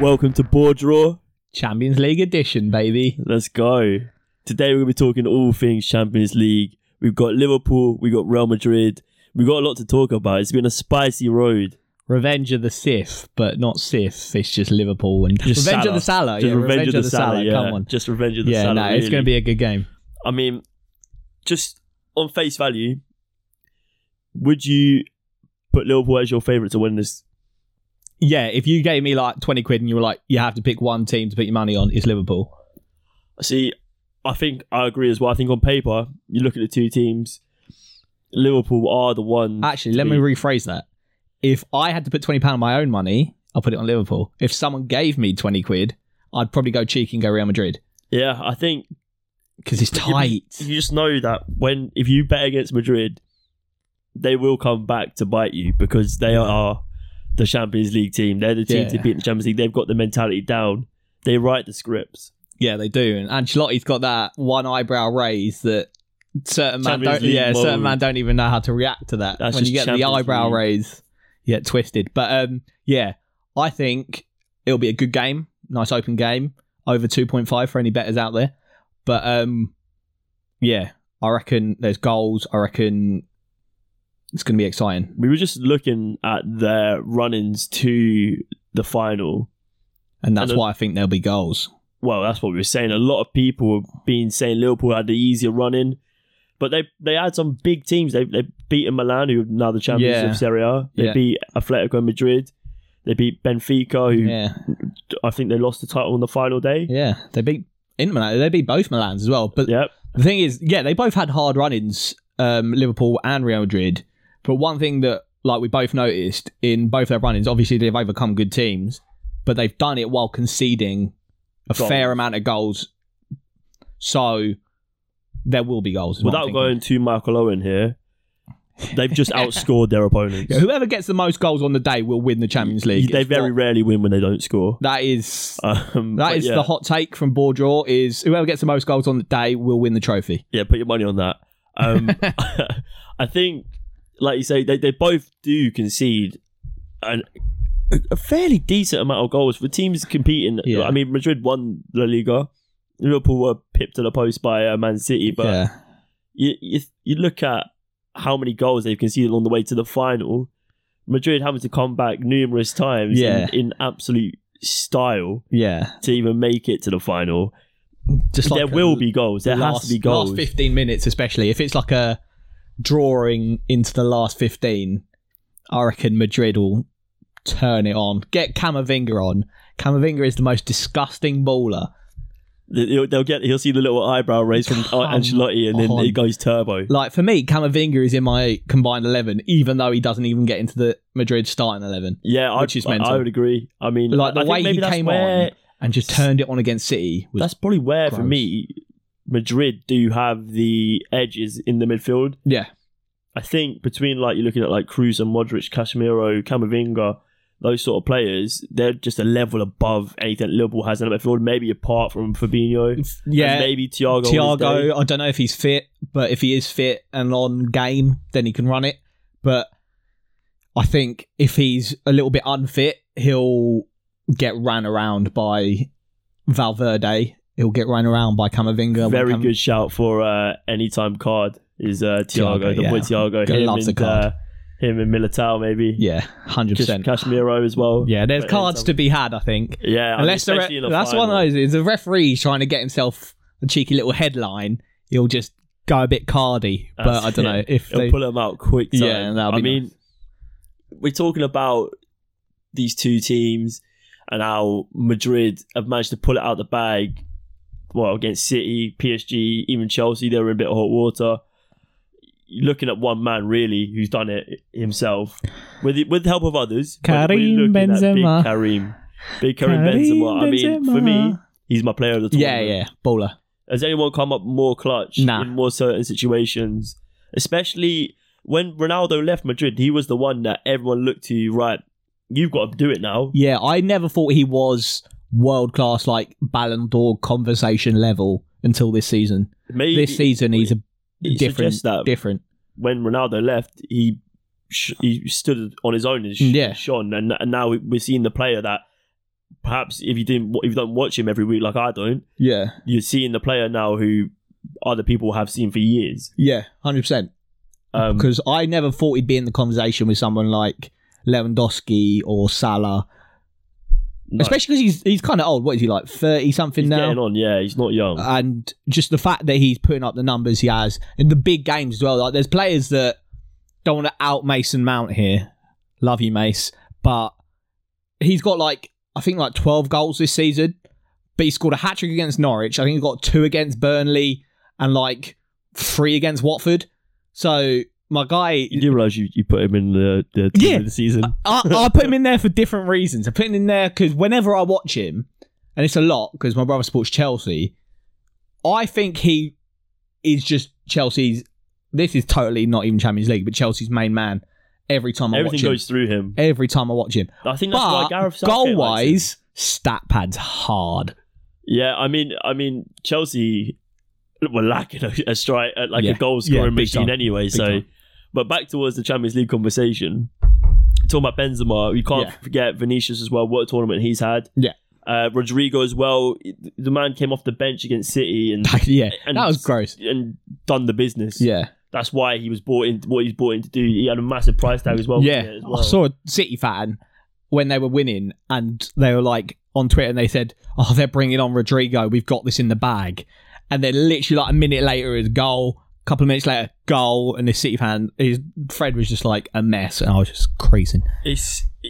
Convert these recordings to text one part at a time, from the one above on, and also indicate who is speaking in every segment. Speaker 1: Welcome to Board Draw.
Speaker 2: Champions League edition, baby.
Speaker 1: Let's go. Today we're going to be talking all things Champions League. We've got Liverpool, we've got Real Madrid. We've got a lot to talk about. It's been a spicy road.
Speaker 2: Revenge of the Sith, but not Sith. It's just Liverpool and
Speaker 1: Just
Speaker 2: Revenge
Speaker 1: Salah.
Speaker 2: of the Salah.
Speaker 1: Just
Speaker 2: yeah, Revenge, of the Salah.
Speaker 1: yeah.
Speaker 2: Come on.
Speaker 1: Just Revenge of the
Speaker 2: Yeah,
Speaker 1: Salah.
Speaker 2: no, it's going to be a good game.
Speaker 1: I mean, just on face value, would you put Liverpool as your favourite to win this?
Speaker 2: Yeah, if you gave me like twenty quid and you were like, you have to pick one team to put your money on, it's Liverpool.
Speaker 1: See, I think I agree as well. I think on paper, you look at the two teams, Liverpool are the one.
Speaker 2: Actually, let me rephrase that. If I had to put twenty pound of my own money, I'll put it on Liverpool. If someone gave me twenty quid, I'd probably go cheeky and go Real Madrid
Speaker 1: yeah, I think
Speaker 2: because it's tight.
Speaker 1: you just know that when if you bet against Madrid, they will come back to bite you because they are the Champions League team. They're the team to
Speaker 2: Yeah.
Speaker 1: beat in the Champions League. They've got the mentality down. They write the scripts.
Speaker 2: Yeah, they do. And Ancelotti's got that one eyebrow raise that certain man
Speaker 1: Champions
Speaker 2: don't.
Speaker 1: League
Speaker 2: Yeah, certain
Speaker 1: mode.
Speaker 2: man don't even know how to react to that.
Speaker 1: That's
Speaker 2: when
Speaker 1: just
Speaker 2: you get
Speaker 1: Champions
Speaker 2: the eyebrow
Speaker 1: League.
Speaker 2: raise, you get twisted. But um, yeah, I think it'll be a good game. Nice open game over two point five for any betters out there. But um, yeah, I reckon there's goals. I reckon it's going to be exciting.
Speaker 1: We were just looking at their run-ins to the final.
Speaker 2: And that's
Speaker 1: And a-
Speaker 2: why I think there'll be goals.
Speaker 1: Well, that's what we were saying. A lot of people have been saying Liverpool had the easier run-in, but they they had some big teams. They they beat Milan, who are now the champions
Speaker 2: Yeah.
Speaker 1: of Serie A. They
Speaker 2: Yeah.
Speaker 1: beat Atletico Madrid. They beat Benfica, who
Speaker 2: Yeah,
Speaker 1: I think they lost the title on the final day.
Speaker 2: yeah. They beat Inter Milan. They beat both Milan's as well. But
Speaker 1: Yep.
Speaker 2: The thing is, yeah, they both had hard run-ins, um, Liverpool and Real Madrid. But one thing that, like, we both noticed in both their run-ins, obviously they've overcome good teams, but they've done it while conceding a
Speaker 1: Goals.
Speaker 2: fair amount of goals. So there will be goals. is what I'm
Speaker 1: Without
Speaker 2: thinking.
Speaker 1: going too Michael Owen here, they've just outscored their opponents.
Speaker 2: Yeah, whoever gets the most goals on the day will win the Champions League.
Speaker 1: they
Speaker 2: It's
Speaker 1: very
Speaker 2: what-
Speaker 1: rarely win when they don't score.
Speaker 2: that is.
Speaker 1: Um,
Speaker 2: That
Speaker 1: but
Speaker 2: is
Speaker 1: yeah,
Speaker 2: the hot take from Bordraw is whoever gets the most goals on the day will win the trophy.
Speaker 1: yeah. Put your money on that. Um, I think, like you say, they, they both do concede an, a fairly decent amount of goals for teams competing.
Speaker 2: Yeah.
Speaker 1: I mean, Madrid won La Liga. Liverpool were pipped to the post by uh, Man City, but
Speaker 2: yeah.
Speaker 1: you, you you look at how many goals they've conceded on the way to the final. Madrid having to come back numerous times
Speaker 2: Yeah.
Speaker 1: in, in absolute style
Speaker 2: Yeah.
Speaker 1: to even make it to the final.
Speaker 2: Just like
Speaker 1: there
Speaker 2: a-
Speaker 1: will be goals. There
Speaker 2: last,
Speaker 1: has to be goals.
Speaker 2: Last 15 minutes, especially. If it's like a drawing into the last 15, I reckon Madrid will turn it on. Get Camavinga on. Camavinga is the most disgusting baller.
Speaker 1: They'll, they'll get. He'll see the little eyebrow raise from
Speaker 2: Come
Speaker 1: Ancelotti, and then
Speaker 2: on.
Speaker 1: it goes turbo.
Speaker 2: Like, for me, Camavinga is in my combined 11, even though he doesn't even get into the Madrid starting 11.
Speaker 1: Yeah, I,
Speaker 2: Which is
Speaker 1: I- I,
Speaker 2: mental.
Speaker 1: would agree. I mean,
Speaker 2: Like, the
Speaker 1: I think
Speaker 2: way
Speaker 1: maybe
Speaker 2: he
Speaker 1: that's
Speaker 2: came
Speaker 1: where,
Speaker 2: on and just turned it on against City was.
Speaker 1: That's probably where for
Speaker 2: gross.
Speaker 1: me, Madrid do have the edges in the midfield.
Speaker 2: yeah.
Speaker 1: I think between like you're looking at like Cruz and Modric, Casemiro, Camavinga, those sort of players, they're just a level above anything Liverpool has in the midfield. Maybe apart from Fabinho, and
Speaker 2: Yeah.
Speaker 1: maybe Thiago. on his day.
Speaker 2: Tiago, I don't know if he's fit, but if he is fit and on game, then he can run it. But I think if he's a little bit unfit, he'll get ran around by Valverde. He'll get ran around by Camavinga. when
Speaker 1: very
Speaker 2: Cam-
Speaker 1: good shout for uh, anytime card is uh, Thiago,
Speaker 2: Thiago,
Speaker 1: the boy
Speaker 2: yeah.
Speaker 1: Thiago,
Speaker 2: Go-
Speaker 1: him
Speaker 2: loves the
Speaker 1: and
Speaker 2: card.
Speaker 1: uh, him and Militao maybe.
Speaker 2: Yeah, hundred
Speaker 1: just
Speaker 2: percent.
Speaker 1: Casemiro as well.
Speaker 2: Yeah, there's
Speaker 1: But
Speaker 2: cards
Speaker 1: anytime-
Speaker 2: to be had. I think
Speaker 1: Yeah, I mean,
Speaker 2: unless the re-
Speaker 1: especially in a
Speaker 2: that's one
Speaker 1: final.
Speaker 2: of those is the referee's trying to get himself a cheeky little headline. He'll just go a bit cardy, but
Speaker 1: That's
Speaker 2: I don't know
Speaker 1: it.
Speaker 2: if
Speaker 1: He'll
Speaker 2: they.
Speaker 1: pull them out quick. Time.
Speaker 2: Yeah, that'll
Speaker 1: I
Speaker 2: be
Speaker 1: mean,
Speaker 2: nice.
Speaker 1: we're talking about these two teams and how Madrid have managed to pull it out the bag. Well, against City, PSG, even Chelsea, they were in a bit of hot water. You're looking at one man really who's done it himself with the, with the help of others. but we're
Speaker 2: Karim
Speaker 1: looking at
Speaker 2: Benzema.
Speaker 1: big Karim, big Karim,
Speaker 2: Karim
Speaker 1: Benzema. I mean, for me,
Speaker 2: Benzema.
Speaker 1: he's my player of the
Speaker 2: yeah,
Speaker 1: tournament.
Speaker 2: yeah, baller.
Speaker 1: Has anyone come up more clutch
Speaker 2: Nah.
Speaker 1: in more certain situations? Especially when Ronaldo left Madrid, he was the one that everyone looked to, right? You've got to do it now.
Speaker 2: Yeah, I never thought he was world class, like Ballon d'Or conversation level until this season.
Speaker 1: Maybe
Speaker 2: This season, he's a
Speaker 1: it
Speaker 2: different.
Speaker 1: suggests that
Speaker 2: Different.
Speaker 1: when Ronaldo left, he sh- he stood on his own and sh-
Speaker 2: Yeah.
Speaker 1: shone, and, and now we're seeing the player that perhaps if you didn't if you don't watch him every week like I don't,
Speaker 2: Yeah.
Speaker 1: you're seeing the player now who other people have seen for years.
Speaker 2: Yeah. 100%.
Speaker 1: Um,
Speaker 2: Because I never thought he'd be in the conversation with someone like Lewandowski or Salah.
Speaker 1: no,
Speaker 2: Especially because he's, he's kind of old. What is he, like 30 something
Speaker 1: he's
Speaker 2: now? Uh,
Speaker 1: getting on. Yeah, he's not young.
Speaker 2: and just the fact that he's putting up the numbers he has in the big games as well. Like there's players that don't want to out Mason Mount here. Love you, Mace, but he's got like I think like 12 goals this season. But he scored a hat trick against Norwich. I think he got two against Burnley and like three against Watford. So my guy,
Speaker 1: you do realize you, you put him in the the, team
Speaker 2: Yeah.
Speaker 1: of the season.
Speaker 2: I, I put him in there for different reasons. I put him in there because whenever I watch him, and it's a lot because my brother supports Chelsea, I think he is just Chelsea's. This is totally not even Champions League, but Chelsea's main man. Every time I
Speaker 1: Everything
Speaker 2: watch him,
Speaker 1: goes through him.
Speaker 2: every time I watch him,
Speaker 1: I think that's why Gareth
Speaker 2: but
Speaker 1: Southgate likes
Speaker 2: goal
Speaker 1: him.
Speaker 2: wise, stat pads hard.
Speaker 1: Yeah, I mean, I mean, Chelsea were lacking a, a strike, uh, like
Speaker 2: Yeah.
Speaker 1: a goal scoring
Speaker 2: Yeah, big
Speaker 1: machine
Speaker 2: time.
Speaker 1: anyway. so,
Speaker 2: time.
Speaker 1: but back towards the Champions League conversation, talking about Benzema, you can't
Speaker 2: Yeah.
Speaker 1: forget Vinicius as well. What a tournament he's had.
Speaker 2: Yeah.
Speaker 1: uh, Rodrigo as well. The man came off the bench against City and
Speaker 2: yeah,
Speaker 1: And-
Speaker 2: that was gross.
Speaker 1: and done the business.
Speaker 2: Yeah,
Speaker 1: that's why he was bought in. What he's bought in to do, he had a massive price tag as well. wasn't
Speaker 2: yeah.
Speaker 1: it, as well?
Speaker 2: I saw a City fan when they were winning, and they were like on Twitter, and they said, "Oh, they're bringing on Rodrigo. We've got this in the bag." And then literally like a minute later, his goal. A couple of minutes later, goal, and this City fan, his Fred was just like a mess, and I was just creasing.
Speaker 1: it's i-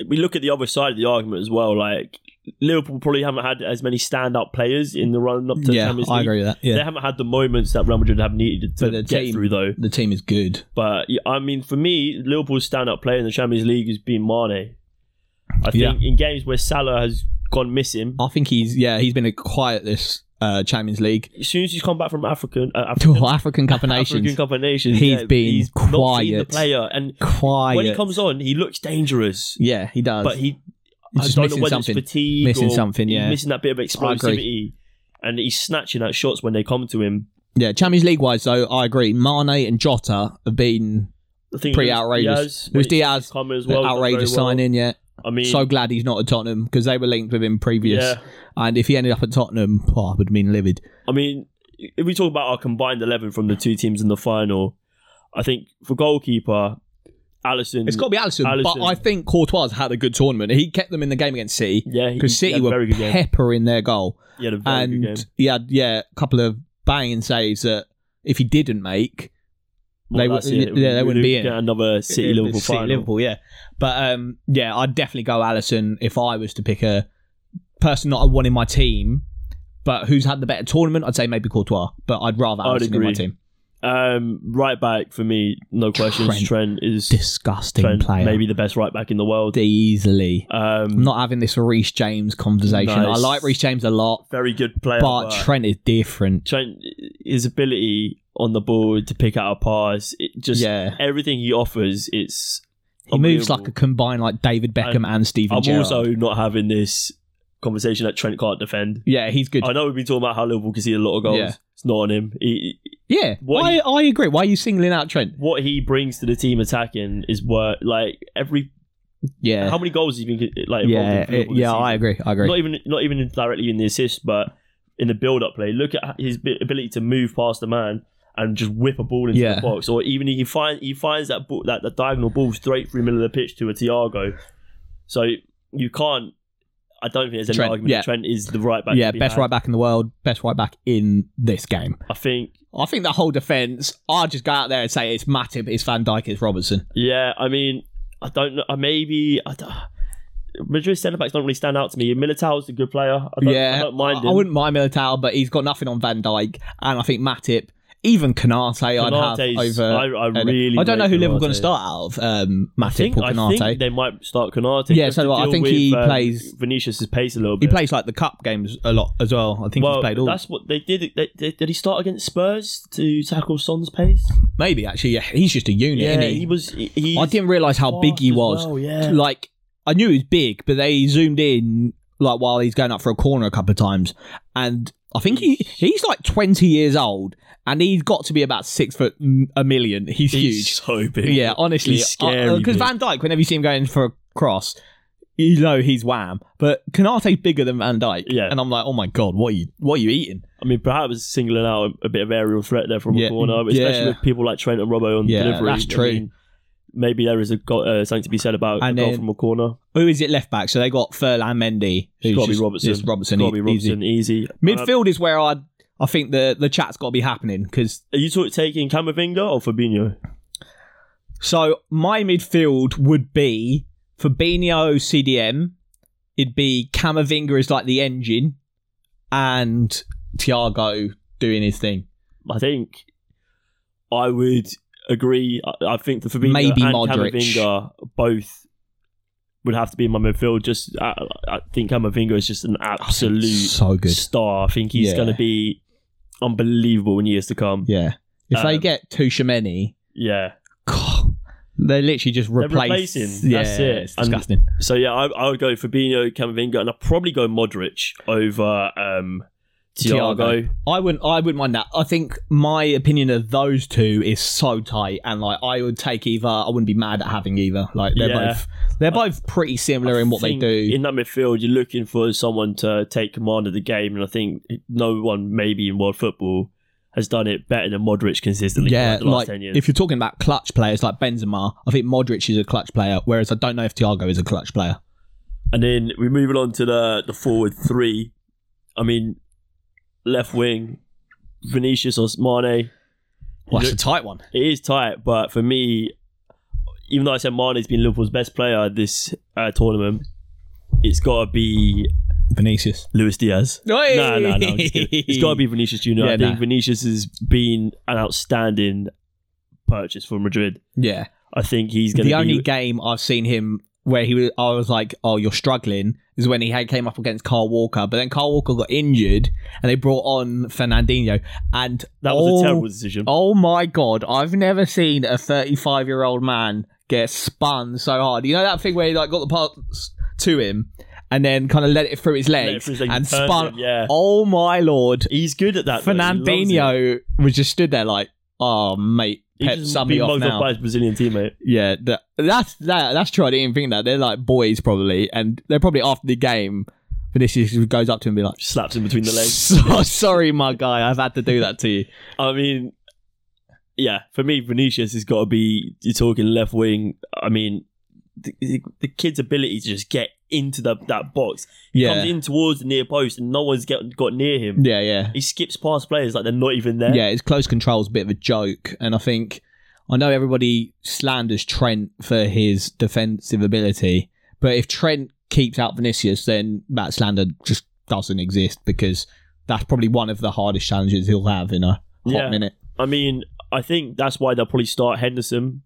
Speaker 1: i- we look at the other side of the argument as well. Like Liverpool probably haven't had as many standout players in the run up to
Speaker 2: yeah,
Speaker 1: Champions League.
Speaker 2: I agree with that.
Speaker 1: They
Speaker 2: Yeah,
Speaker 1: haven't had the moments that Real Madrid have needed to
Speaker 2: But the
Speaker 1: get
Speaker 2: team-
Speaker 1: through, though.
Speaker 2: the team is good.
Speaker 1: But yeah, I mean, for me, Liverpool's standout player in the Champions League has been Mane. I
Speaker 2: Yeah. Uh,
Speaker 1: think in games where Salah has gone missing,
Speaker 2: I think he's yeah, he's been a quiet this uh, Champions League.
Speaker 1: as soon as he's come back from African, uh, African,
Speaker 2: Oh, African Cup of
Speaker 1: African
Speaker 2: Nations,
Speaker 1: Cup of Nations,
Speaker 2: He's
Speaker 1: yeah,
Speaker 2: been
Speaker 1: he's not seen the
Speaker 2: quiet.
Speaker 1: player, and
Speaker 2: quiet.
Speaker 1: when he comes on, he looks dangerous.
Speaker 2: yeah, he does.
Speaker 1: But he
Speaker 2: He's
Speaker 1: I
Speaker 2: just
Speaker 1: don't know
Speaker 2: missing
Speaker 1: whether
Speaker 2: something.
Speaker 1: it's fatigue,
Speaker 2: Missing
Speaker 1: or
Speaker 2: something,
Speaker 1: he's
Speaker 2: yeah.
Speaker 1: missing that bit of
Speaker 2: agree.
Speaker 1: explosivity, and he's snatching at shots when they come to him.
Speaker 2: Yeah, Champions League wise, though, I agree. Mane and Jota have been
Speaker 1: I think
Speaker 2: Pretty
Speaker 1: Luis
Speaker 2: outrageous.
Speaker 1: Diaz,
Speaker 2: Luis
Speaker 1: when
Speaker 2: Diaz,
Speaker 1: he's come as
Speaker 2: an
Speaker 1: well, done very
Speaker 2: outrageous
Speaker 1: well.
Speaker 2: signing. Yeah,
Speaker 1: I mean,
Speaker 2: so glad he's not at Tottenham because they were linked with him previous.
Speaker 1: yeah.
Speaker 2: And if he ended up at Tottenham, oh, I would have been livid.
Speaker 1: I mean, if we talk about our combined eleven from the two teams in the final, I think for goalkeeper, Allison.
Speaker 2: It's got to be Allison,
Speaker 1: Alisson.
Speaker 2: but I think Courtois had a good tournament. He kept them in the game against City
Speaker 1: yeah, he,
Speaker 2: because
Speaker 1: he
Speaker 2: City
Speaker 1: had a
Speaker 2: were
Speaker 1: very good game.
Speaker 2: peppering their goal,
Speaker 1: He had a very good game.
Speaker 2: and he had yeah a couple of banging saves that if he didn't make, they
Speaker 1: that's
Speaker 2: wouldn't-
Speaker 1: it.
Speaker 2: yeah, they
Speaker 1: We
Speaker 2: wouldn't be
Speaker 1: get
Speaker 2: in it.
Speaker 1: another City Liverpool
Speaker 2: City
Speaker 1: final.
Speaker 2: Liverpool, yeah. But um, yeah, I'd definitely go Allison if I was to pick a person that I want in my team, but who's had the better tournament. I'd say maybe Courtois, but I'd rather
Speaker 1: I'd
Speaker 2: Allison in my
Speaker 1: agree.
Speaker 2: team.
Speaker 1: Um, right back for me, no questions.
Speaker 2: Trent.
Speaker 1: Trent, is
Speaker 2: Disgusting
Speaker 1: Trent,
Speaker 2: player,
Speaker 1: maybe the best right back in the world.
Speaker 2: easily.
Speaker 1: Um,
Speaker 2: I'm not having this Reece James conversation.
Speaker 1: No,
Speaker 2: I
Speaker 1: it's-
Speaker 2: like Reece James a lot,
Speaker 1: very good player,
Speaker 2: but
Speaker 1: but,
Speaker 2: Trent is different.
Speaker 1: Trent, his ability on the ball to pick out a pass, it just
Speaker 2: yeah,
Speaker 1: everything he offers, it's
Speaker 2: he moves like a
Speaker 1: unbelievable.
Speaker 2: combined like David Beckham and, Steven
Speaker 1: I'm
Speaker 2: Gerrard.
Speaker 1: also not having this conversation that Trent can't defend.
Speaker 2: yeah, he's good.
Speaker 1: I know we've been talking about how Liverpool can see a lot of goals.
Speaker 2: Yeah.
Speaker 1: It's not on him. He,
Speaker 2: yeah,
Speaker 1: What
Speaker 2: I, I agree. Why are you singling out Trent?
Speaker 1: what he brings to the team attacking is work. Like every,
Speaker 2: Yeah,
Speaker 1: how many goals have you been like? involved
Speaker 2: yeah,
Speaker 1: in Liverpool this
Speaker 2: yeah.
Speaker 1: season?
Speaker 2: I agree. I agree.
Speaker 1: Not even not even directly in the assist, but in the build-up play. Look at his bi- ability to move past the man and just whip a ball into
Speaker 2: Yeah.
Speaker 1: the box, or even he find he finds that ball, that, that diagonal ball straight through the middle of the pitch to a Thiago. So you can't. I don't think there's any
Speaker 2: Trent,
Speaker 1: argument.
Speaker 2: yeah.
Speaker 1: that Trent is the right back.
Speaker 2: yeah,
Speaker 1: to be
Speaker 2: best
Speaker 1: had.
Speaker 2: right back in the world, best right back in this game.
Speaker 1: I think.
Speaker 2: I think the whole defense. I'll just go out there and say it's Matip, it's Van Dijk, it's Robertson.
Speaker 1: Yeah, I mean, I don't know. uh, Maybe I don't, Madrid centre backs don't really stand out to me. Militao's a good player. I don't,
Speaker 2: yeah,
Speaker 1: I don't mind him.
Speaker 2: I, wouldn't mind Militao, but he's got nothing on Van Dijk, and I think Matip, even Canate, I'd have
Speaker 1: Canate's-
Speaker 2: over.
Speaker 1: I, I really.
Speaker 2: I don't know
Speaker 1: rate
Speaker 2: who Liverpool going
Speaker 1: Canate.
Speaker 2: to start out of um, Matip
Speaker 1: I think,
Speaker 2: or
Speaker 1: I
Speaker 2: Canate.
Speaker 1: think they might start Canate.
Speaker 2: Yeah,
Speaker 1: just
Speaker 2: so
Speaker 1: to
Speaker 2: do I. I
Speaker 1: deal
Speaker 2: think
Speaker 1: with,
Speaker 2: he
Speaker 1: um,
Speaker 2: plays-
Speaker 1: Vinicius' pace a little
Speaker 2: he
Speaker 1: bit.
Speaker 2: plays like the cup games a lot as well. I think
Speaker 1: well,
Speaker 2: he's played all.
Speaker 1: that's what they did. They, they, did he start against Spurs to tackle Son's pace?
Speaker 2: Maybe actually, yeah, he's just a unit.
Speaker 1: Yeah,
Speaker 2: isn't
Speaker 1: he was. He, he's
Speaker 2: I didn't realize how big he
Speaker 1: fast as
Speaker 2: was.
Speaker 1: well, yeah.
Speaker 2: like I knew he was big, but they zoomed in like while he's going up for a corner a couple of times, and I think he he's like twenty years old, and he's got to be about six foot m- a million. He's,
Speaker 1: He's
Speaker 2: huge.
Speaker 1: so big.
Speaker 2: Yeah, honestly, uh,
Speaker 1: He's scary
Speaker 2: because
Speaker 1: big.
Speaker 2: Van Dyke, whenever you see him going for a cross, you know he's wham, but Canate's bigger than Van Dyke.
Speaker 1: Yeah.
Speaker 2: and I'm like, oh my god, what are you what are you eating?
Speaker 1: I mean, perhaps singling out a bit of aerial threat there from
Speaker 2: Yeah,
Speaker 1: a corner, especially
Speaker 2: yeah.
Speaker 1: with people like Trent and Robbo on
Speaker 2: Yeah,
Speaker 1: delivery.
Speaker 2: that's
Speaker 1: I
Speaker 2: true.
Speaker 1: mean, maybe there is a go- uh, something to be said about
Speaker 2: And
Speaker 1: a goal
Speaker 2: then-
Speaker 1: from a corner.
Speaker 2: Who is it left back? So they got Furlan Mendy.
Speaker 1: It's
Speaker 2: who's
Speaker 1: got to be
Speaker 2: just-
Speaker 1: Robertson.
Speaker 2: just Robertson.
Speaker 1: Got to be
Speaker 2: e- easy.
Speaker 1: Robertson. Easy. Um,
Speaker 2: Midfield is where I I think the the chat's got to be happening because
Speaker 1: are you talk- taking Camavinga or Fabinho?
Speaker 2: so my midfield would be Fabinho CDM. It'd be Camavinga as like the engine, and Thiago doing his thing.
Speaker 1: I think I would agree. I, I think the Fabinho
Speaker 2: Maybe
Speaker 1: and
Speaker 2: Modric.
Speaker 1: Camavinga both would have to be in my midfield. Just I, I think Camavinga is just an absolute
Speaker 2: so good.
Speaker 1: star. I think he's
Speaker 2: Yeah.
Speaker 1: going to be unbelievable in years to come.
Speaker 2: Yeah. If they
Speaker 1: Um,
Speaker 2: get Tushimeni,
Speaker 1: yeah.
Speaker 2: God, they literally just
Speaker 1: They're
Speaker 2: replace.
Speaker 1: replacing,
Speaker 2: Yeah,
Speaker 1: that's it.
Speaker 2: It's
Speaker 1: And-
Speaker 2: disgusting.
Speaker 1: So yeah, I, I would go Fabinho, Camavinga, and I'd probably go Modric over um,
Speaker 2: Thiago.
Speaker 1: Thiago.
Speaker 2: I wouldn't. I wouldn't mind that. I think my opinion of those two is so tight, and like I would take either. I wouldn't be mad at having either. Like they're
Speaker 1: Yeah.
Speaker 2: both. They're both pretty similar in what they
Speaker 1: think
Speaker 2: do.
Speaker 1: In that midfield, you're looking for someone to take command of the game, and I think no one, maybe in world football, has done it better than Modric consistently
Speaker 2: yeah,
Speaker 1: for the last
Speaker 2: like
Speaker 1: ten years.
Speaker 2: if you're talking about clutch players like Benzema, I think Modric is a clutch player, whereas I don't know if Thiago is a clutch player.
Speaker 1: and then we're moving on to the the forward three. I mean, left wing, Vinicius or Mane.
Speaker 2: Well, that's
Speaker 1: look-
Speaker 2: a tight one.
Speaker 1: It is tight, but for me, even though I said Mane's been Liverpool's best player this uh, tournament, it's got to be
Speaker 2: Vinicius.
Speaker 1: Luis Diaz. No, no, no. I'm just kidding. It's got to be Vinicius Junior.
Speaker 2: Yeah,
Speaker 1: I think
Speaker 2: nah.
Speaker 1: Vinicius has been an outstanding purchase for Madrid.
Speaker 2: Yeah.
Speaker 1: I think he's going
Speaker 2: the
Speaker 1: to be.
Speaker 2: only game I've seen him where he was, I was like, oh, you're struggling, is when he had, came up against Carl Walker. But then Carl Walker got injured, and they brought on Fernandinho. And
Speaker 1: that was
Speaker 2: oh,
Speaker 1: a terrible decision.
Speaker 2: Oh my god, I've never seen a 35 year old man get spun so hard. You know that thing where he like got the parts to him, and then kind of let it through his
Speaker 1: Let it
Speaker 2: legs
Speaker 1: through his leg
Speaker 2: and
Speaker 1: turn
Speaker 2: spun.
Speaker 1: him, yeah,
Speaker 2: Oh my lord,
Speaker 1: he's good at that. though. He loves it.
Speaker 2: Fernandinho was just stood there like, oh mate,
Speaker 1: He's
Speaker 2: pep,
Speaker 1: just
Speaker 2: sum me
Speaker 1: been
Speaker 2: off
Speaker 1: mugged
Speaker 2: now.
Speaker 1: off by his Brazilian teammate.
Speaker 2: Yeah, that, that's that, that's true. I didn't even think that they're like boys probably, and they're probably after the game. Vinicius goes up to him and be like,
Speaker 1: Just slaps him between the legs.
Speaker 2: "So- "Sorry, my guy, I've had to do that to you."
Speaker 1: I mean, yeah, for me, Vinicius has got to be. You're talking left wing. I mean, the, the, the kid's ability to just get into the, that box. He
Speaker 2: Yeah,
Speaker 1: comes in towards the near post, and no one's get, got near him.
Speaker 2: yeah, yeah,
Speaker 1: He skips past players like they're not even there.
Speaker 2: yeah. His close control's a bit of a joke, and I think I know everybody slanders Trent for his defensive ability, but if Trent keeps out Vinicius, then that slander just doesn't exist because that's probably one of the hardest challenges he'll have in a hot
Speaker 1: Yeah.
Speaker 2: minute.
Speaker 1: I mean, I think that's why they'll probably start Henderson.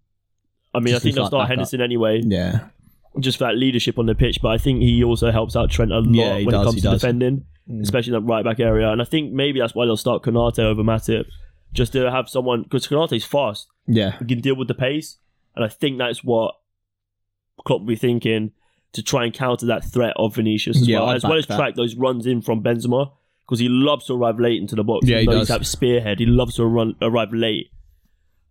Speaker 1: I mean,
Speaker 2: Just
Speaker 1: I think
Speaker 2: as
Speaker 1: they'll
Speaker 2: like
Speaker 1: start
Speaker 2: backup.
Speaker 1: Henderson anyway,
Speaker 2: Yeah,
Speaker 1: just for that leadership on the pitch. But I think he also helps out Trent a lot
Speaker 2: Yeah, he
Speaker 1: when it
Speaker 2: does, he
Speaker 1: comes to
Speaker 2: does.
Speaker 1: defending,
Speaker 2: Mm.
Speaker 1: especially in that right back area. And I think maybe that's why they'll start Konate over Matip, just to have someone because Konate's fast.
Speaker 2: yeah.
Speaker 1: He can deal with the pace, and I think that's what Klopp will be thinking to try and counter that threat of Vinicius as
Speaker 2: Yeah,
Speaker 1: well,
Speaker 2: I'd
Speaker 1: as well
Speaker 2: back
Speaker 1: as
Speaker 2: that.
Speaker 1: track those runs in from Benzema because he loves to arrive late into the box.
Speaker 2: Yeah, he
Speaker 1: Even though
Speaker 2: does.
Speaker 1: He's that spearhead. He loves to run arrive late.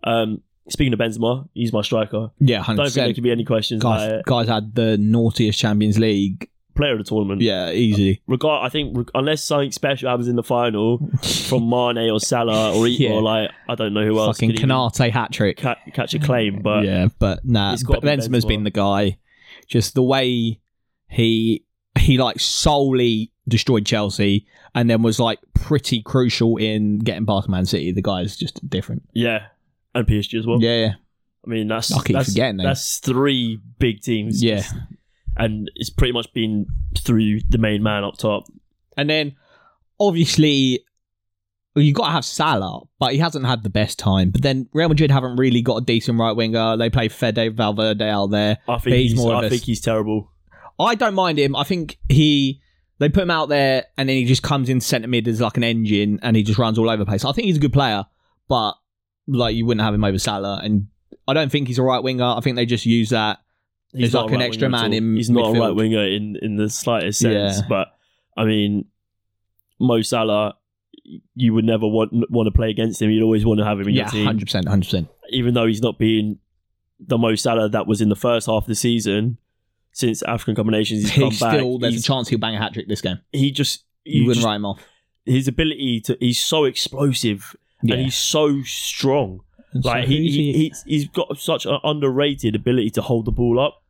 Speaker 1: Um, speaking of Benzema, he's my striker.
Speaker 2: Yeah, hundred
Speaker 1: Don't think there
Speaker 2: percent.
Speaker 1: can be any questions.
Speaker 2: Guys,
Speaker 1: about it.
Speaker 2: guys had the naughtiest Champions League.
Speaker 1: player of the tournament.
Speaker 2: Yeah, easy.
Speaker 1: Regard, I think reg- unless something special happens in the final from Mane or Salah or,
Speaker 2: Yeah.
Speaker 1: or like I don't know who else
Speaker 2: Fucking
Speaker 1: could even
Speaker 2: Canate hat trick.
Speaker 1: ca- catch a claim, but
Speaker 2: yeah, but nah,
Speaker 1: It's gotta
Speaker 2: but
Speaker 1: be
Speaker 2: Benzema's
Speaker 1: Benzema.
Speaker 2: been the guy. Just the way he he like solely destroyed Chelsea and then was like pretty crucial in getting past Man City. The guy's just different.
Speaker 1: yeah, and PSG as well.
Speaker 2: Yeah, yeah,
Speaker 1: I mean, that's
Speaker 2: I keep
Speaker 1: that's,
Speaker 2: forgetting them.
Speaker 1: that's three big teams.
Speaker 2: yeah.
Speaker 1: and it's pretty much been through the main man up top.
Speaker 2: And then obviously you got to have Salah, but he hasn't had the best time. But then Real Madrid haven't really got a decent right winger. They play Fede Valverde out there.
Speaker 1: I think
Speaker 2: he's
Speaker 1: he's,
Speaker 2: more of
Speaker 1: I
Speaker 2: a-
Speaker 1: think he's terrible.
Speaker 2: I don't mind him. I think he they put him out there and then he just comes in centre mid as like an engine and he just runs all over the place. I think he's a good player, but like you wouldn't have him over Salah and I don't think he's a right winger. I think they just use that.
Speaker 1: He's
Speaker 2: He's
Speaker 1: not
Speaker 2: like
Speaker 1: a
Speaker 2: an
Speaker 1: right
Speaker 2: extra
Speaker 1: winger
Speaker 2: man
Speaker 1: at all.
Speaker 2: in
Speaker 1: He's not
Speaker 2: midfield.
Speaker 1: a right winger in in the slightest sense.
Speaker 2: Yeah.
Speaker 1: But I mean, Mo Salah, you would never want want to play against him. You'd always want to have him in
Speaker 2: Yeah,
Speaker 1: your team,
Speaker 2: hundred percent, hundred percent.
Speaker 1: even though he's not being the Mo Salah that was in the first half of the season. since African combinations. He's,
Speaker 2: He's
Speaker 1: come back.
Speaker 2: still there's
Speaker 1: He's-
Speaker 2: a chance he'll bang a hat trick this game.
Speaker 1: he just
Speaker 2: You,
Speaker 1: you
Speaker 2: wouldn't
Speaker 1: just-
Speaker 2: write him off.
Speaker 1: his ability to he's so explosive and he's so strong. Like he, he, he's, he's got such an underrated ability to hold the ball up.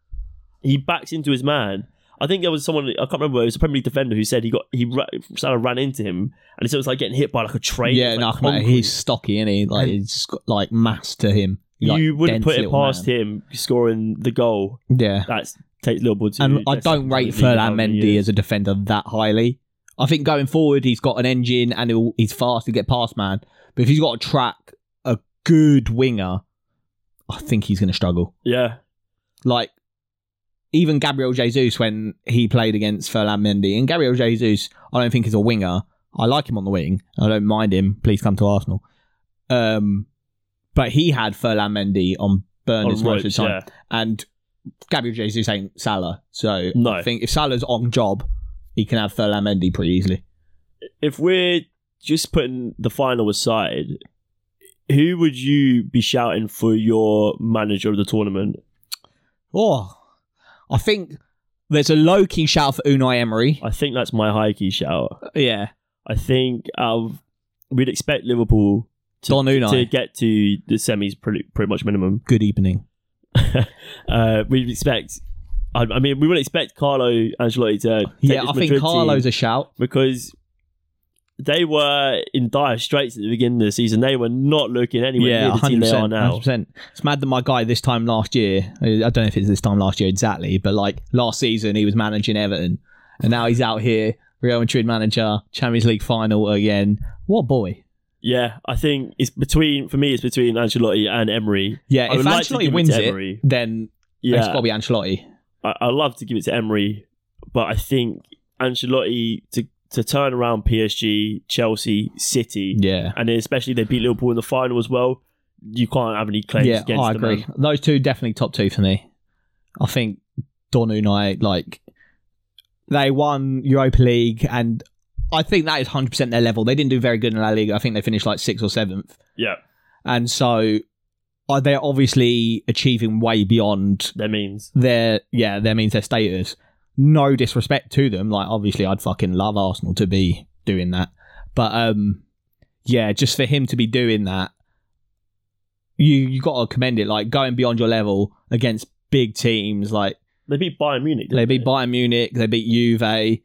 Speaker 1: He backs into his man. I think there was someone I can't remember. It was a Premier League defender who said he got he ra- Salah ran into him, and it was like getting hit by like a train.
Speaker 2: yeah,
Speaker 1: It
Speaker 2: no,
Speaker 1: was,
Speaker 2: come
Speaker 1: like,
Speaker 2: on,
Speaker 1: concrete.
Speaker 2: he's stocky, is he? Like
Speaker 1: And-
Speaker 2: he's just got like mass to him.
Speaker 1: you wouldn't put it past him scoring the goal.
Speaker 2: him. Yeah,
Speaker 1: That's takes Liverpool to.
Speaker 2: and I
Speaker 1: that's
Speaker 2: don't rate
Speaker 1: completely
Speaker 2: Ferdinand
Speaker 1: how he
Speaker 2: Mendy
Speaker 1: is.
Speaker 2: as a defender that highly. I think going forward, he's got an engine and he'll, he's fast to get past man. But if he's got to track a good winger, I think he's going to struggle.
Speaker 1: Yeah,
Speaker 2: Like even Gabriel Jesus when he played against Ferdinand Mendy, and Gabriel Jesus, I don't think is a winger. I like him on the wing. I don't mind him. Please come to Arsenal. Um, but he had Ferdinand Mendy on burners
Speaker 1: on
Speaker 2: most of
Speaker 1: ropes,
Speaker 2: the time
Speaker 1: yeah.
Speaker 2: and Gabriel Jesus ain't Salah. So
Speaker 1: No.
Speaker 2: I think if Salah's on job, he can have Furlan Mendy pretty easily.
Speaker 1: if we're just putting the final aside, who would you be shouting for your manager of the tournament?
Speaker 2: Oh, I think there's a low key shout for Unai Emery.
Speaker 1: I think that's my high key shout.
Speaker 2: Yeah,
Speaker 1: I think of we'd expect Liverpool to,
Speaker 2: Don Unai.
Speaker 1: to get to the semis pretty, pretty much minimum.
Speaker 2: good evening.
Speaker 1: Uh, we'd expect. I, I mean, we wouldn't expect Carlo Ancelotti to. Take
Speaker 2: Yeah,
Speaker 1: this
Speaker 2: I think
Speaker 1: Madrid
Speaker 2: Carlo's
Speaker 1: team
Speaker 2: a shout.
Speaker 1: because. They were in dire straits at the beginning of the season. They were not looking anywhere
Speaker 2: Yeah,
Speaker 1: near the
Speaker 2: hundred
Speaker 1: team they are
Speaker 2: percent.
Speaker 1: now.
Speaker 2: Hundred percent. It's mad that my guy this time last year. I don't know if it's this time last year exactly, but like last season he was managing Everton, and now he's out here Real Madrid manager, Champions League final again. What boy?
Speaker 1: Yeah, I think it's between for me. It's between Ancelotti and Emery.
Speaker 2: Yeah,
Speaker 1: I
Speaker 2: if
Speaker 1: would like to
Speaker 2: Ancelotti
Speaker 1: give it
Speaker 2: wins
Speaker 1: to
Speaker 2: it,
Speaker 1: Emery.
Speaker 2: then It's
Speaker 1: Yeah,
Speaker 2: got to be Ancelotti.
Speaker 1: I, I love to give it to Emery, but I think Ancelotti to to turn around PSG, Chelsea, City,
Speaker 2: Yeah.
Speaker 1: and then especially they beat Liverpool in the final as well. You can't have any claims
Speaker 2: Yeah,
Speaker 1: against
Speaker 2: I
Speaker 1: them.
Speaker 2: agree.
Speaker 1: man.
Speaker 2: Those two definitely top two for me. I think Don Unai, like, they won Europa League, and I think that is 100% their level. They didn't do very good in La Liga. I think they finished like sixth or seventh.
Speaker 1: Yeah,
Speaker 2: And so are they're obviously achieving way beyond
Speaker 1: that means
Speaker 2: their, yeah, their means, their status. No disrespect to them. Like, obviously, I'd fucking love Arsenal to be doing that. But, um, yeah, just for him to be doing that, you you got to commend it. Like going beyond your level against big teams, like
Speaker 1: they beat Bayern Munich. didn't
Speaker 2: they beat Bayern Munich, they beat Juve. They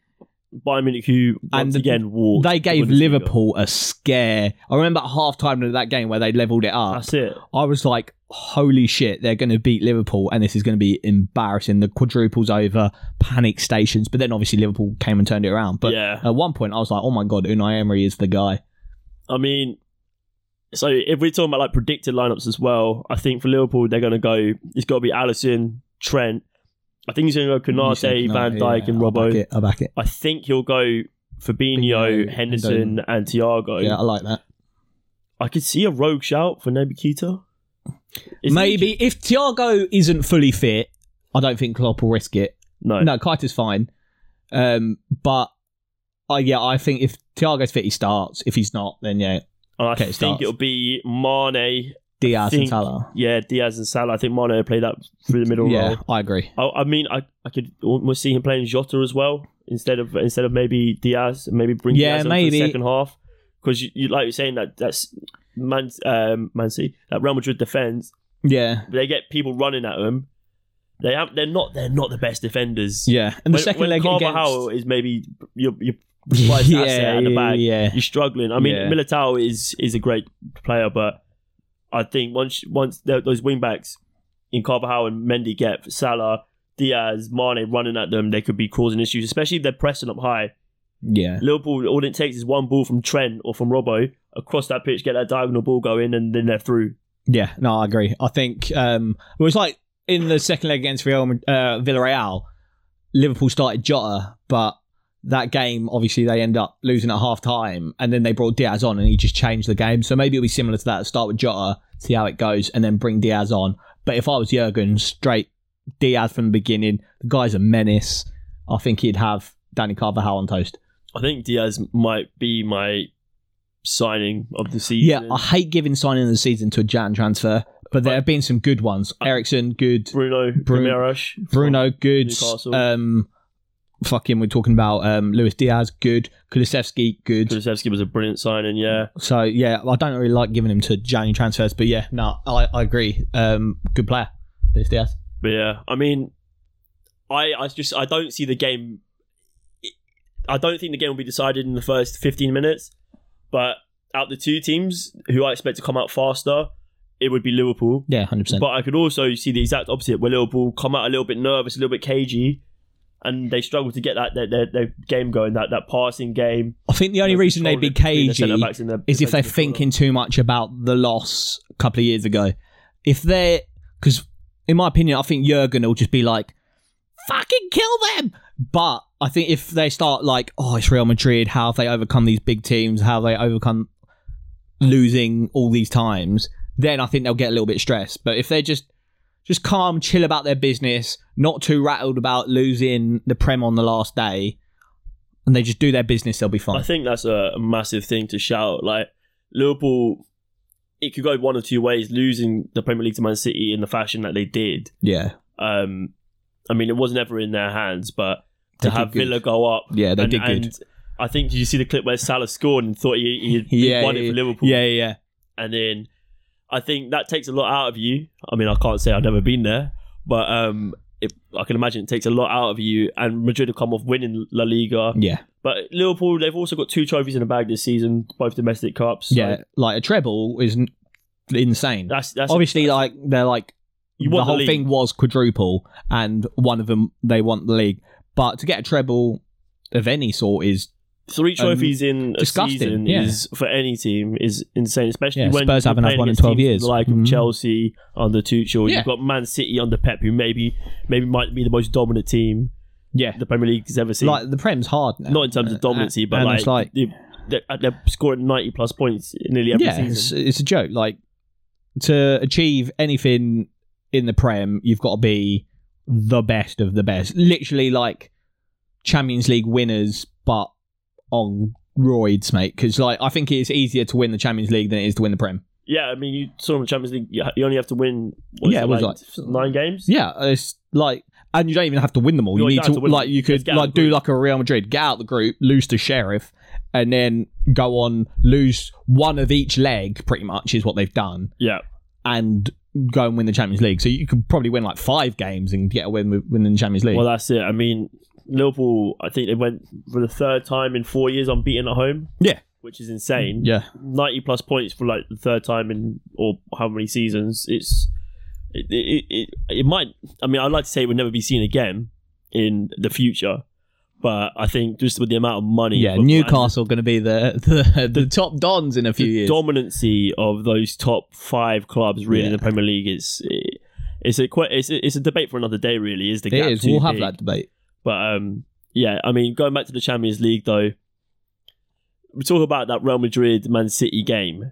Speaker 1: Bayern Munich, who
Speaker 2: And
Speaker 1: once
Speaker 2: the-
Speaker 1: again walked. the
Speaker 2: gave
Speaker 1: Bundesliga.
Speaker 2: Liverpool a scare. I remember at half time of that game where they leveled it up.
Speaker 1: That's it.
Speaker 2: I was like, holy shit, they're going to beat Liverpool and this is going to be embarrassing. The quadruples over, panic stations. But then obviously Liverpool came and turned it around. But
Speaker 1: yeah,
Speaker 2: at one point, I was like, oh my God, Unai Emery is the guy.
Speaker 1: I mean, so if we're talking about like predicted lineups as well, I think for Liverpool they're going to go. It's got to be Allison, Trent. I think he's going to go
Speaker 2: Mm, You
Speaker 1: Konate,
Speaker 2: said Konate,
Speaker 1: Van Dijk,
Speaker 2: yeah,
Speaker 1: and
Speaker 2: I back
Speaker 1: Robbo.
Speaker 2: it. I back it.
Speaker 1: I think he'll go Fabinho,
Speaker 2: Fabinho,
Speaker 1: Henderson, and Thiago.
Speaker 2: Yeah, I like that.
Speaker 1: I could see a rogue shout for Naby Keita. Is
Speaker 2: Maybe if Thiago isn't fully fit, I don't think Klopp will risk it.
Speaker 1: no.
Speaker 2: No, Kite is fine. Um, but uh, yeah, I think if Thiago's fit, he starts. If he's not, then yeah,
Speaker 1: And I
Speaker 2: Okay, it
Speaker 1: think
Speaker 2: starts.
Speaker 1: it'll be Mane.
Speaker 2: Diaz
Speaker 1: think-
Speaker 2: and Salah.
Speaker 1: Yeah, Diaz and Salah. I think Mane will play that through the middle
Speaker 2: Yeah,
Speaker 1: role.
Speaker 2: I agree.
Speaker 1: I, I mean, I, I could almost see him playing Jota as well instead of instead of maybe Diaz, maybe bring
Speaker 2: Yeah,
Speaker 1: Diaz in for
Speaker 2: maybe.
Speaker 1: the second half because you, you like you're saying that that's Man um, Man City that Real Madrid defense
Speaker 2: Yeah,
Speaker 1: they get people running at them. They have they're not they're not the best defenders.
Speaker 2: yeah. And the
Speaker 1: When-
Speaker 2: second
Speaker 1: when
Speaker 2: leg
Speaker 1: Carvajal
Speaker 2: against.
Speaker 1: is maybe your your price asset at the back.
Speaker 2: yeah.
Speaker 1: You're struggling. I mean,
Speaker 2: Yeah.
Speaker 1: Militao is is a great player, but I think once once th- those wing backs in Carvajal and Mendy get Salah, Diaz, Mane running at them, they could be causing issues, especially if they're pressing up high.
Speaker 2: Yeah.
Speaker 1: Liverpool, all it takes is one ball from Trent or from Robbo across that pitch, get that diagonal ball going, and then they're through.
Speaker 2: Yeah, no, I agree. I think um, it was like in the second leg against Real Mad- uh, Villarreal, Liverpool started Jota, but that game obviously they end up losing at half time, and then they brought Diaz on and he just changed the game. So maybe it'll be similar to that: start with Jota, see how it goes, and then bring Diaz on. But if I was Jurgen, straight Diaz from the beginning. The guy's a menace. I think he'd have Danny Carvajal on toast.
Speaker 1: I think Diaz might be my signing of the season.
Speaker 2: Yeah, I hate giving signing of the season to a Jan transfer. but there have been some good ones. Ericsson, good.
Speaker 1: Bruno
Speaker 2: Bruno-
Speaker 1: Ramirez.
Speaker 2: Bruno, good.
Speaker 1: Newcastle.
Speaker 2: Um, fucking, we're talking about um, Luis Diaz, good. Kulisevsky, good.
Speaker 1: Kulusevski was a brilliant signing, yeah.
Speaker 2: So yeah, I don't really like giving him to January transfers, but yeah, no, I, I agree. Um, good player, Luis Diaz.
Speaker 1: But yeah, I mean, I I just I don't see the game. I don't think the game will be decided in the first fifteen minutes. But out the two teams who I expect to come out faster, it would be Liverpool.
Speaker 2: Yeah, hundred percent.
Speaker 1: But I could also see the exact opposite, where Liverpool come out a little bit nervous, a little bit cagey, and they struggle to get that their, their, their game going, that that passing game.
Speaker 2: I think the only
Speaker 1: They're
Speaker 2: reason they'd be
Speaker 1: controlling between their
Speaker 2: cagey
Speaker 1: centre-backs and their
Speaker 2: is if they're
Speaker 1: defensive corner.
Speaker 2: thinking too much about the loss a couple of years ago. If they're, because in my opinion, I think Jurgen will just be like, fucking kill them. But I think if they start like, oh, it's Real Madrid, how have they overcome these big teams? How have they overcome losing all these times? Then I think they'll get a little bit stressed. But if they're just just calm, chill about their business, not too rattled about losing the prem on the last day, and they just do their business, they'll be fine.
Speaker 1: I think that's a a massive thing to shout. Like Liverpool, it could go one of two ways: losing the Premier League to Man City in the fashion that they did.
Speaker 2: yeah,
Speaker 1: Um, I mean, it wasn't ever in their hands, but to
Speaker 2: They did
Speaker 1: have
Speaker 2: good.
Speaker 1: Villa go up,
Speaker 2: yeah, they
Speaker 1: and,
Speaker 2: did good.
Speaker 1: and I think did you see the clip where Salah scored and thought he, he had
Speaker 2: yeah,
Speaker 1: won it
Speaker 2: yeah,
Speaker 1: for Liverpool,
Speaker 2: Yeah, yeah, yeah.
Speaker 1: and then I think that takes a lot out of you. I mean, I can't say I've never been there, but um, it, I can imagine it takes a lot out of you. And Madrid have come off winning La Liga.
Speaker 2: yeah,
Speaker 1: But Liverpool, they've also got two trophies in the bag this season, both domestic cups. So
Speaker 2: yeah. Like a treble is n- insane.
Speaker 1: that's that's
Speaker 2: Obviously, like they're like
Speaker 1: You
Speaker 2: the
Speaker 1: want the
Speaker 2: whole
Speaker 1: league.
Speaker 2: thing was quadruple, and one of them they want the league. But to get a treble of any sort is
Speaker 1: three tropfies in a
Speaker 2: disgusting,
Speaker 1: season
Speaker 2: yeah.
Speaker 1: is for any team is insane, especially
Speaker 2: Yeah,
Speaker 1: when
Speaker 2: Spurs
Speaker 1: you're
Speaker 2: haven't had
Speaker 1: playing
Speaker 2: one in
Speaker 1: against
Speaker 2: 12
Speaker 1: teams
Speaker 2: years.
Speaker 1: Like
Speaker 2: Mhm.
Speaker 1: Chelsea under Tuchel,
Speaker 2: Yeah.
Speaker 1: you've got Man City under Pep, who maybe maybe might be the most dominant team
Speaker 2: yeah,
Speaker 1: the Premier League has ever seen.
Speaker 2: like the Prem's hard now.
Speaker 1: Not in terms of dominancy,
Speaker 2: And-
Speaker 1: but
Speaker 2: and
Speaker 1: like,
Speaker 2: it's like
Speaker 1: they- they're, uh, they're scoring ninety plus points nearly every
Speaker 2: yeah, it's,
Speaker 1: season.
Speaker 2: it's a joke. Like to achieve anything in the Prem, you've got to be the best of the best. Literally, like Champions League winners, but on roids, mate. Because like I think it's easier to win the Champions League than it is to win the Prem.
Speaker 1: Yeah, I mean, you saw in the Champions League, you you only have to win. What
Speaker 2: Yeah,
Speaker 1: yeah,
Speaker 2: it
Speaker 1: it,
Speaker 2: was
Speaker 1: like,
Speaker 2: like-
Speaker 1: nine games.
Speaker 2: Yeah, it's like, and you don't even have to win them all. You
Speaker 1: No, you
Speaker 2: need
Speaker 1: don't
Speaker 2: to,
Speaker 1: have to win
Speaker 2: like,
Speaker 1: them.
Speaker 2: you
Speaker 1: Just
Speaker 2: could
Speaker 1: get out of
Speaker 2: like
Speaker 1: the
Speaker 2: do
Speaker 1: group.
Speaker 2: like a Real Madrid, get out the group, lose to Sheriff, and then go on lose one of each leg. Pretty much is what they've done,
Speaker 1: yeah.
Speaker 2: and go and win the Champions League. So you could probably win like five games and get a win with winning the Champions League.
Speaker 1: Well, that's it. I mean, Liverpool. I think they went for the third time in four years unbeaten at home.
Speaker 2: Yeah.
Speaker 1: which is insane.
Speaker 2: yeah,
Speaker 1: ninety plus points for like the third time in or how many seasons? It's it it, it, it might. I mean, I'd like to say it would never be seen again in the future, but I think just with the amount of money,
Speaker 2: yeah.
Speaker 1: but-
Speaker 2: Newcastle going to be the, the the top dons in a few
Speaker 1: the
Speaker 2: years.
Speaker 1: dominancy of those top five clubs really in
Speaker 2: Yeah.
Speaker 1: the Premier League is. It, it's a, que- it's a it's a debate for another day. Really, is the
Speaker 2: it
Speaker 1: gap
Speaker 2: is.
Speaker 1: too
Speaker 2: We'll have
Speaker 1: big?
Speaker 2: that debate.
Speaker 1: But um, yeah, I mean, going back to the Champions League though, we talk about that Real Madrid Man City game.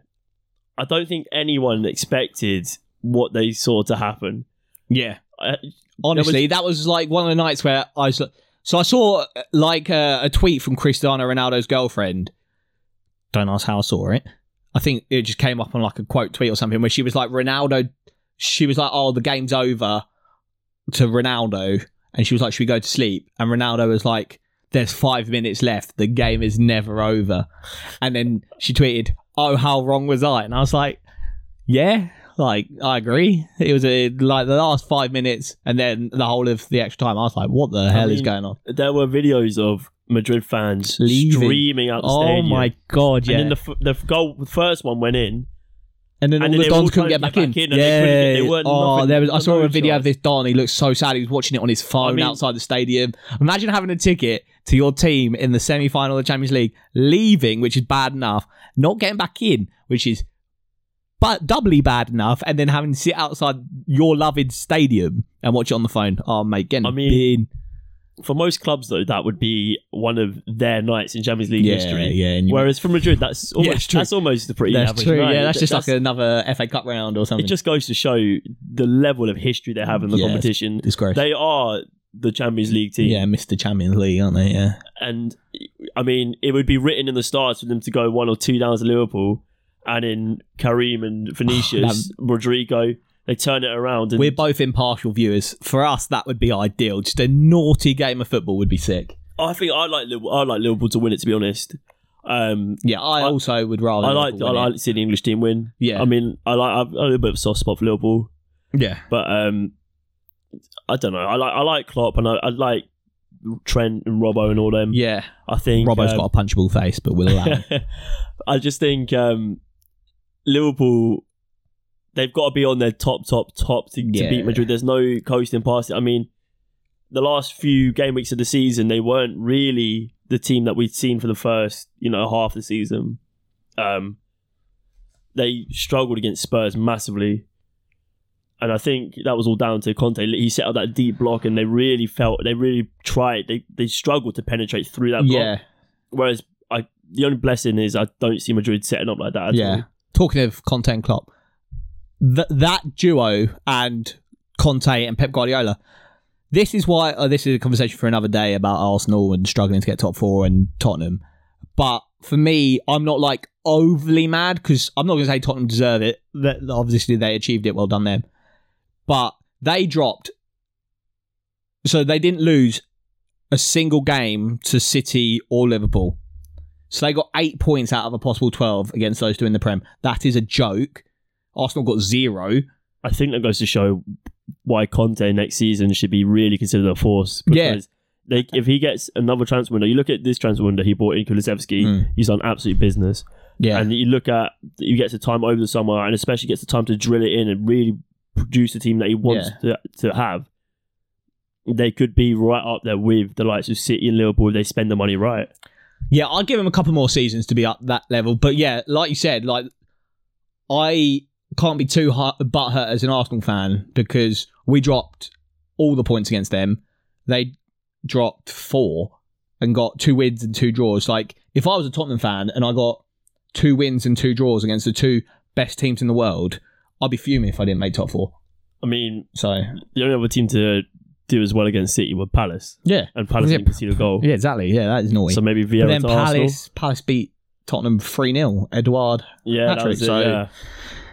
Speaker 1: I don't think anyone expected what they saw to happen.
Speaker 2: Yeah.
Speaker 1: Uh,
Speaker 2: Honestly, that was like one of the nights where I was. So I saw uh, like uh, a tweet from Cristiano Ronaldo's girlfriend. Don't ask how I saw it. I think it just came up on like a quote tweet or something where she was like, Ronaldo, she was like, oh, the game's over to Ronaldo. And she was like, should we go to sleep? And Ronaldo was like, there's five minutes left. The game is never over. And then she tweeted, oh, how wrong was I? And I was like, yeah, like I agree. It was a, like the last five minutes and then the whole of the extra time. I was like, what the hell is
Speaker 1: mean,
Speaker 2: going on?
Speaker 1: There were videos of Madrid fans
Speaker 2: Leaving.
Speaker 1: streaming out the
Speaker 2: Oh
Speaker 1: stadium.
Speaker 2: my god! Yeah,
Speaker 1: And then the, f- the f- goal, the first one went in.
Speaker 2: And then
Speaker 1: And then
Speaker 2: all the
Speaker 1: they
Speaker 2: Dons
Speaker 1: all
Speaker 2: couldn't
Speaker 1: tried
Speaker 2: get
Speaker 1: to
Speaker 2: back,
Speaker 1: get back
Speaker 2: in.
Speaker 1: in and they couldn't get- they weren't
Speaker 2: oh,
Speaker 1: nothing-
Speaker 2: there was. I saw
Speaker 1: no
Speaker 2: a video of
Speaker 1: chance.
Speaker 2: this Don. He looked so sad. He was watching it on his phone
Speaker 1: mean-
Speaker 2: outside the stadium. Imagine having a ticket to your team in the semi-final of the Champions League, leaving, which is bad enough, not getting back in, which is but doubly bad enough, and then having to sit outside your loved stadium and watch it on the phone. Oh, mate, getting
Speaker 1: I
Speaker 2: I
Speaker 1: mean,
Speaker 2: mean,
Speaker 1: For most clubs, though, that would be one of their nights in Champions League
Speaker 2: yeah,
Speaker 1: history.
Speaker 2: yeah. And you,
Speaker 1: Whereas for Madrid, that's almost
Speaker 2: it's true.
Speaker 1: that's almost the pretty
Speaker 2: that's
Speaker 1: average
Speaker 2: true.
Speaker 1: night.
Speaker 2: Yeah, that's just
Speaker 1: That's-
Speaker 2: like another FA Cup round or something.
Speaker 1: it just goes to show the level of history they have in the
Speaker 2: Yeah, it's
Speaker 1: competition.
Speaker 2: disgrace.
Speaker 1: They are the Champions League team,
Speaker 2: yeah, Mr. Champions League, aren't they? Yeah.
Speaker 1: and I mean, it would be written in the stars for them to go one or two down to Liverpool, and in Karim and Vinicius, Rodrigo, They turn it around and
Speaker 2: We're both impartial viewers. For us, that would be ideal. Just a naughty game of football would be sick.
Speaker 1: I think I like Liverpool. I like Liverpool to win it. To be honest, um,
Speaker 2: Yeah, I,
Speaker 1: I-
Speaker 2: also would rather.
Speaker 1: I like I
Speaker 2: Liverpool win
Speaker 1: like
Speaker 2: it.
Speaker 1: to see the English team win.
Speaker 2: Yeah.
Speaker 1: I mean, I like I've got a little bit of a soft spot for Liverpool,
Speaker 2: Yeah,
Speaker 1: but um, I don't know. I like I like Klopp and I, I like Trent and Robbo and all them.
Speaker 2: yeah.
Speaker 1: I think
Speaker 2: Robbo's
Speaker 1: um,
Speaker 2: got a punchable face, but we'll allow it.
Speaker 1: I just think um, Liverpool they've got to be on their top, top, top to, to
Speaker 2: Yeah.
Speaker 1: beat Madrid. There's no coasting past it. I mean, the last few game weeks of the season, they weren't really the team that we'd seen for the first, you know, half the season. Um, they struggled against Spurs massively. And I think that was all down to Conte. He set up that deep block, and they really felt they really tried. They they struggled to penetrate through that block.
Speaker 2: Yeah,
Speaker 1: Whereas I, the only blessing is I don't see Madrid setting up like that. At
Speaker 2: yeah.
Speaker 1: all.
Speaker 2: Talking of Conte and Klopp, th- that duo and Conte and Pep Guardiola. This is why oh, this is a conversation for another day about Arsenal and struggling to get top four and Tottenham. But for me, I'm not like overly mad because I'm not going to say Tottenham deserve it. That obviously they achieved it. Well done them. But they dropped, so they didn't lose a single game to City or Liverpool. So they got eight points out of a possible 12 against those two in the Prem. That is a joke. Arsenal got zero.
Speaker 1: I think that goes to show why Conte next season should be really considered a force.
Speaker 2: Yeah.
Speaker 1: Because they, if he gets another transfer window, you look at this transfer window he bought in Kulusevski.
Speaker 2: Mm.
Speaker 1: He's on absolute business,
Speaker 2: Yeah.
Speaker 1: and you look at he gets the time over the summer, and especially gets the time to drill it in and really produce the team that he wants to, to have. They could be right up there with the likes of City and Liverpool. if They spend the money right.
Speaker 2: yeah, I'll give him a couple more seasons to be up that level. But yeah, like you said, like I can't be too hurt, butthurt as an Arsenal fan because we dropped all the points against them. They dropped four and got two wins and two draws. Like if I was a Tottenham fan and I got two wins and two draws against the two best teams in the world, I'd be fuming if I didn't make top four.
Speaker 1: I mean,
Speaker 2: So
Speaker 1: the only other team to do as well against City were Palace.
Speaker 2: yeah,
Speaker 1: and Palace
Speaker 2: Yeah.
Speaker 1: didn't concede a goal.
Speaker 2: Yeah, exactly. Yeah, that is annoying.
Speaker 1: So maybe
Speaker 2: but
Speaker 1: Vieira
Speaker 2: then
Speaker 1: to
Speaker 2: Palace,
Speaker 1: Arsenal.
Speaker 2: Palace beat Tottenham 3 0. Edouard.
Speaker 1: Yeah, that
Speaker 2: Patrick,
Speaker 1: was it,
Speaker 2: so-
Speaker 1: yeah.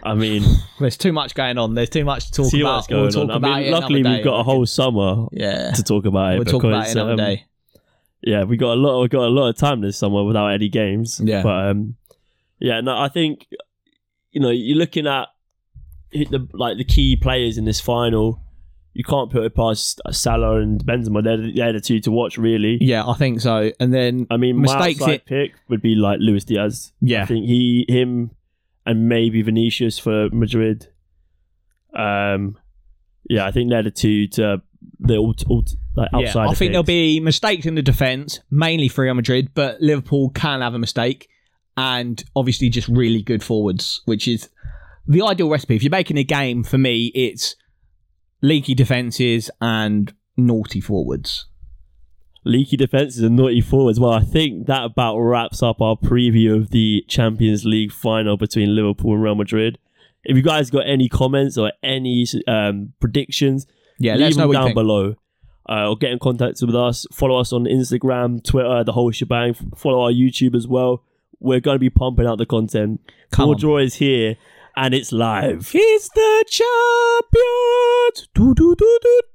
Speaker 1: I mean,
Speaker 2: There's too much going on. There's too much to talk
Speaker 1: see
Speaker 2: about.
Speaker 1: what's
Speaker 2: We'll
Speaker 1: going
Speaker 2: talk
Speaker 1: on. I
Speaker 2: about
Speaker 1: mean,
Speaker 2: it another
Speaker 1: luckily
Speaker 2: day.
Speaker 1: we've got a whole summer
Speaker 2: Yeah.
Speaker 1: to talk about it.
Speaker 2: We'll talk about it
Speaker 1: because,
Speaker 2: another
Speaker 1: um,
Speaker 2: day.
Speaker 1: Yeah, we got a lot. We got a lot of time this summer without any games.
Speaker 2: Yeah.
Speaker 1: but um, yeah, no, I think you know you're looking at hit the like the key players in this final. You can't put it past Salah and Benzema. They're, the- they're the two to watch, really.
Speaker 2: Yeah, I think so. And then,
Speaker 1: I mean,
Speaker 2: Mistakes
Speaker 1: my outside
Speaker 2: it-
Speaker 1: pick would be like Luis Diaz. I
Speaker 2: yeah.
Speaker 1: think he, him, and maybe Vinicius for Madrid. Um, yeah, I think they're the two to the alt, alt, like
Speaker 2: Yeah,
Speaker 1: outside.
Speaker 2: I think there'll be mistakes in the defence, mainly for Real Madrid, but Liverpool can have a mistake, and obviously just really good forwards, which is the ideal recipe. If you're making a game for me, it's leaky defences and naughty forwards.
Speaker 1: leaky defenses and naughty forwards. Well, I think that about wraps up our preview of the Champions League final between Liverpool and Real Madrid. If you guys got any comments or any um, predictions,
Speaker 2: Yeah, let
Speaker 1: leave
Speaker 2: us know
Speaker 1: them
Speaker 2: what you
Speaker 1: down
Speaker 2: think.
Speaker 1: below. Uh, or get in contact with us. Follow us on Instagram, Twitter, the whole shebang. F- Follow our YouTube as well. We're going to be pumping out the content.
Speaker 2: Come
Speaker 1: Ball
Speaker 2: on.
Speaker 1: Draw is here and it's live.
Speaker 2: It's the champions. Do, do, do, do,